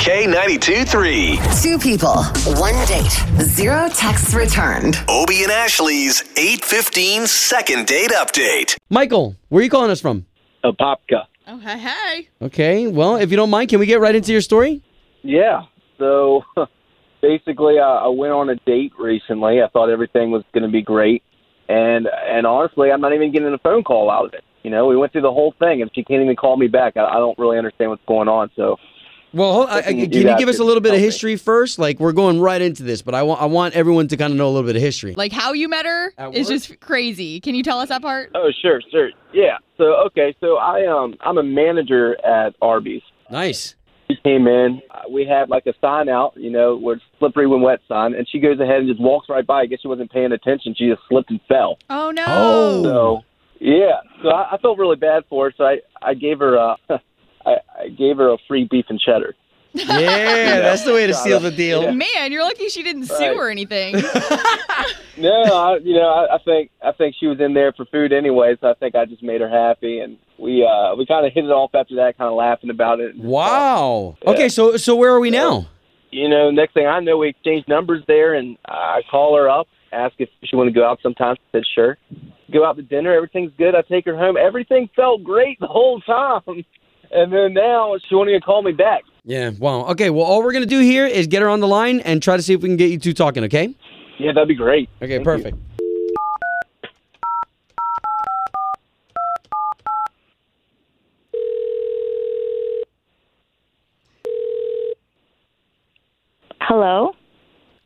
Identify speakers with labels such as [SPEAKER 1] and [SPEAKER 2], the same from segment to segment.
[SPEAKER 1] K92 3.
[SPEAKER 2] Two people, one date, zero texts returned.
[SPEAKER 1] Obie and Ashley's 815 second date update.
[SPEAKER 3] Michael, where are you calling us from?
[SPEAKER 4] a popka.
[SPEAKER 5] Oh, hey, hey.
[SPEAKER 3] Okay, well, if you don't mind, can we get right into your story?
[SPEAKER 4] Yeah. So basically, I, I went on a date recently. I thought everything was going to be great, and and honestly, I'm not even getting a phone call out of it. You know, we went through the whole thing, and she can't even call me back. I, I don't really understand what's going on. So
[SPEAKER 3] Well, hold- I, I,
[SPEAKER 4] Can you
[SPEAKER 3] can
[SPEAKER 4] do
[SPEAKER 3] you
[SPEAKER 4] that
[SPEAKER 3] give us a
[SPEAKER 4] to
[SPEAKER 3] little bit of
[SPEAKER 4] help me?
[SPEAKER 3] history first? Like, we're going right into this, but I want I want everyone to kind of know a little bit of history.
[SPEAKER 5] Like how you met her
[SPEAKER 3] At
[SPEAKER 5] is
[SPEAKER 3] work?
[SPEAKER 5] just crazy. Can you tell us that part?
[SPEAKER 4] Oh, sure, sure. Yeah. So okay, so I um I'm a manager at Arby's.
[SPEAKER 3] Nice.
[SPEAKER 4] She came in. uh, We had like a sign out, you know, where it's slippery when wet sign, and she goes ahead and just walks right by. I guess she wasn't paying attention. She just slipped and fell.
[SPEAKER 5] Oh no.
[SPEAKER 3] Oh.
[SPEAKER 4] So yeah, so I, I felt really bad for her. So I I gave her a I, I gave her a free beef and cheddar.
[SPEAKER 3] Yeah, that's the way to seal the deal.
[SPEAKER 5] Man, you're lucky she didn't
[SPEAKER 4] Right.
[SPEAKER 5] sue or anything.
[SPEAKER 4] No, I, you know I, I think I think she was in there for food anyway, so I think I just made her happy, and we uh we kind of hit it off after that, kind of laughing about it. uh,
[SPEAKER 3] Wow. Okay, so so where are we now?
[SPEAKER 4] you know, next thing I know, we exchanged numbers there, and I call her up, ask if she want to go out sometime. She said, sure. Go out to dinner. Everything's good. I take her home. Everything felt great the whole time. And then now she won't even call me back.
[SPEAKER 3] Yeah. Wow. Okay. Well, all we're gonna do here is get her on the line and try to see if we can get you two talking. Okay.
[SPEAKER 4] Yeah, that'd be great.
[SPEAKER 3] Okay.
[SPEAKER 4] Thank
[SPEAKER 3] perfect.
[SPEAKER 6] Hello,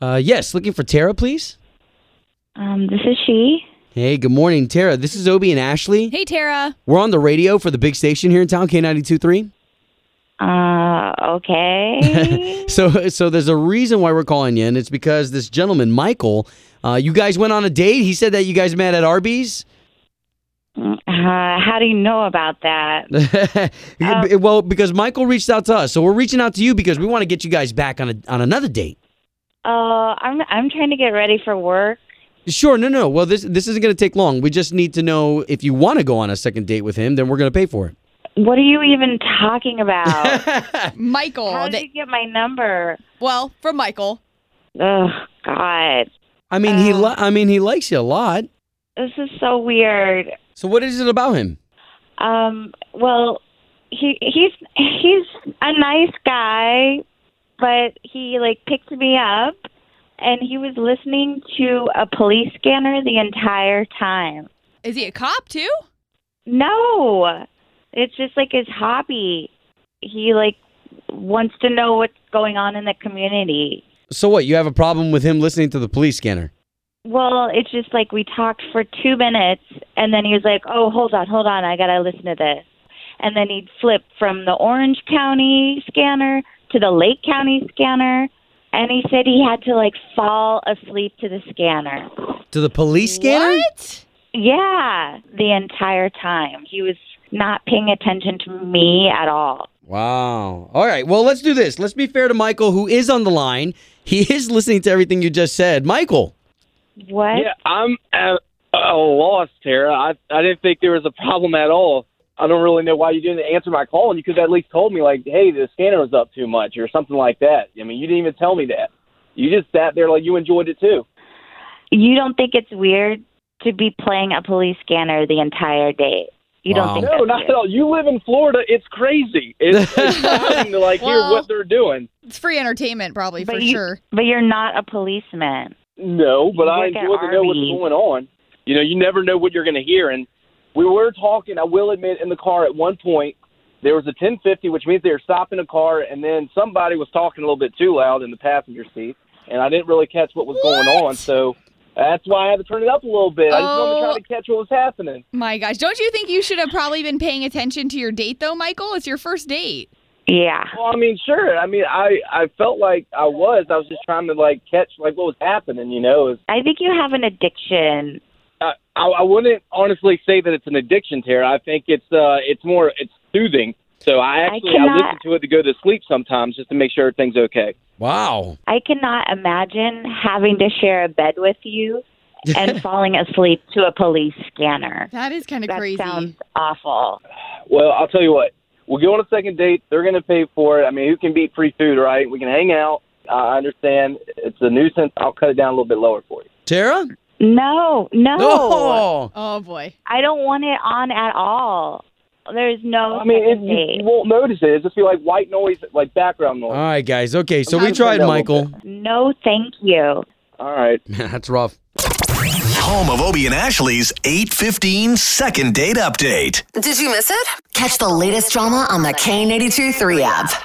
[SPEAKER 3] Uh, yes. Looking for Tara, please.
[SPEAKER 6] um, this is she.
[SPEAKER 3] Hey. Good morning, Tara. This is Obie and Ashley.
[SPEAKER 5] hey Tara.
[SPEAKER 3] We're on the radio for the big station here in town, K 923
[SPEAKER 6] Uh, okay.
[SPEAKER 3] So, so there's a reason why we're calling you, and it's because this gentleman, Michael, uh, you guys went on a date. He said that you guys met at Arby's.
[SPEAKER 6] uh, how do you know about that?
[SPEAKER 3] well, because Michael reached out to us, so we're reaching out to you because we want to get you guys back on a, on another date.
[SPEAKER 6] Uh, I'm I'm trying to get ready for work.
[SPEAKER 3] Sure, no, no. Well, this this isn't going to take long. We just need to know if you want to go on a second date with him, then we're going to pay for it.
[SPEAKER 6] What are you even talking about?
[SPEAKER 5] Michael.
[SPEAKER 6] how did
[SPEAKER 5] that-
[SPEAKER 6] you get my number?
[SPEAKER 5] well, from Michael.
[SPEAKER 6] Oh God,
[SPEAKER 3] I mean, he li- I mean, he likes you a lot.
[SPEAKER 6] this is so weird.
[SPEAKER 3] So, what is it about him?
[SPEAKER 6] Um, well, he he's he's a nice guy, but he like picked me up, and he was listening to a police scanner the entire time.
[SPEAKER 5] Is he a cop too?
[SPEAKER 6] No, it's just like his hobby. He like wants to know what's going on in the community.
[SPEAKER 3] So, what? You have a problem with him listening to the police scanner?
[SPEAKER 6] Well, it's just like we talked for two minutes, and then he was like, "Oh, hold on, hold on, I gotta listen to this." And then he'd flip from the Orange County scanner to the Lake County scanner, and he said he had to like fall asleep to the scanner.
[SPEAKER 3] To the police scanner?
[SPEAKER 5] What?
[SPEAKER 6] Yeah, the entire time he was not paying attention to me at all.
[SPEAKER 3] Wow. All right. Well, let's do this. Let's be fair to Michael, who is on the line. He is listening to everything you just said. Michael.
[SPEAKER 6] What?
[SPEAKER 4] Yeah, I'm at a loss, Tara. I, I didn't think there was a problem at all. I don't really know why you didn't answer my call, and you could have at least told me, like, hey, the scanner was up too much or something like that. I mean, you didn't even tell me that. You just sat there like you enjoyed it too.
[SPEAKER 6] You don't think it's weird to be playing a police scanner the entire day? You
[SPEAKER 3] Wow.
[SPEAKER 6] don't think
[SPEAKER 4] No,
[SPEAKER 6] that's
[SPEAKER 4] not
[SPEAKER 6] weird.
[SPEAKER 4] at all. You live in Florida. It's crazy. It's, it's shocking to like
[SPEAKER 5] Well-
[SPEAKER 4] hear what they're doing.
[SPEAKER 5] It's free entertainment probably
[SPEAKER 6] But
[SPEAKER 5] for
[SPEAKER 6] you-
[SPEAKER 5] sure.
[SPEAKER 6] But you're not a policeman.
[SPEAKER 4] No, but
[SPEAKER 6] You
[SPEAKER 4] I
[SPEAKER 6] work
[SPEAKER 4] enjoy
[SPEAKER 6] at
[SPEAKER 4] to know what's
[SPEAKER 6] Arby's.
[SPEAKER 4] going on. You know, you never know what you're going to hear. And we were talking. I will admit, in the car at one point, there was a 1050, which means they were stopping a car, and then somebody was talking a little bit too loud in the passenger seat, and I didn't really catch what was going on. So that's why I had to turn it up a little bit. I just wanted to
[SPEAKER 5] Oh.
[SPEAKER 4] try to catch what was happening.
[SPEAKER 5] My gosh. Don't you think you should have probably been paying attention to your date though, Michael? It's your first date.
[SPEAKER 6] Yeah.
[SPEAKER 4] Well, I mean, sure. I mean, I I felt like I was. I was just trying to like catch like what was happening. You know, It's-
[SPEAKER 6] I think you have an addiction.
[SPEAKER 4] I I, I wouldn't honestly say that it's an addiction, Tara. I think it's uh it's more it's soothing. So I actually I,
[SPEAKER 6] cannot-
[SPEAKER 4] listen to it to go to sleep sometimes just to make sure everything's okay.
[SPEAKER 3] Wow.
[SPEAKER 6] I cannot imagine having to share a bed with you and falling asleep to a police scanner.
[SPEAKER 5] That is kind of
[SPEAKER 6] That
[SPEAKER 5] crazy.
[SPEAKER 6] sounds awful.
[SPEAKER 4] Well, I'll tell you what. We'll go on a second date. They're going to pay for it. I mean, who can beat free food, right? We can hang out. I understand it's a nuisance. I'll cut it down a little bit lower for you.
[SPEAKER 3] Tara?
[SPEAKER 6] No, no.
[SPEAKER 3] Oh.
[SPEAKER 5] Oh boy.
[SPEAKER 6] I don't want it on at all. There's no
[SPEAKER 4] I mean, it,
[SPEAKER 6] second
[SPEAKER 4] you,
[SPEAKER 6] date.
[SPEAKER 4] you won't notice it. It's just be like white noise, like background noise.
[SPEAKER 3] All right, guys. Okay, so we
[SPEAKER 4] Sometimes I
[SPEAKER 3] tried
[SPEAKER 4] know a
[SPEAKER 3] Michael.
[SPEAKER 6] No, thank you.
[SPEAKER 4] All right.
[SPEAKER 3] That's rough.
[SPEAKER 1] Home of Obie and Ashley's 815 second date update.
[SPEAKER 2] Did you miss it? Catch the latest drama on the K82 3 app.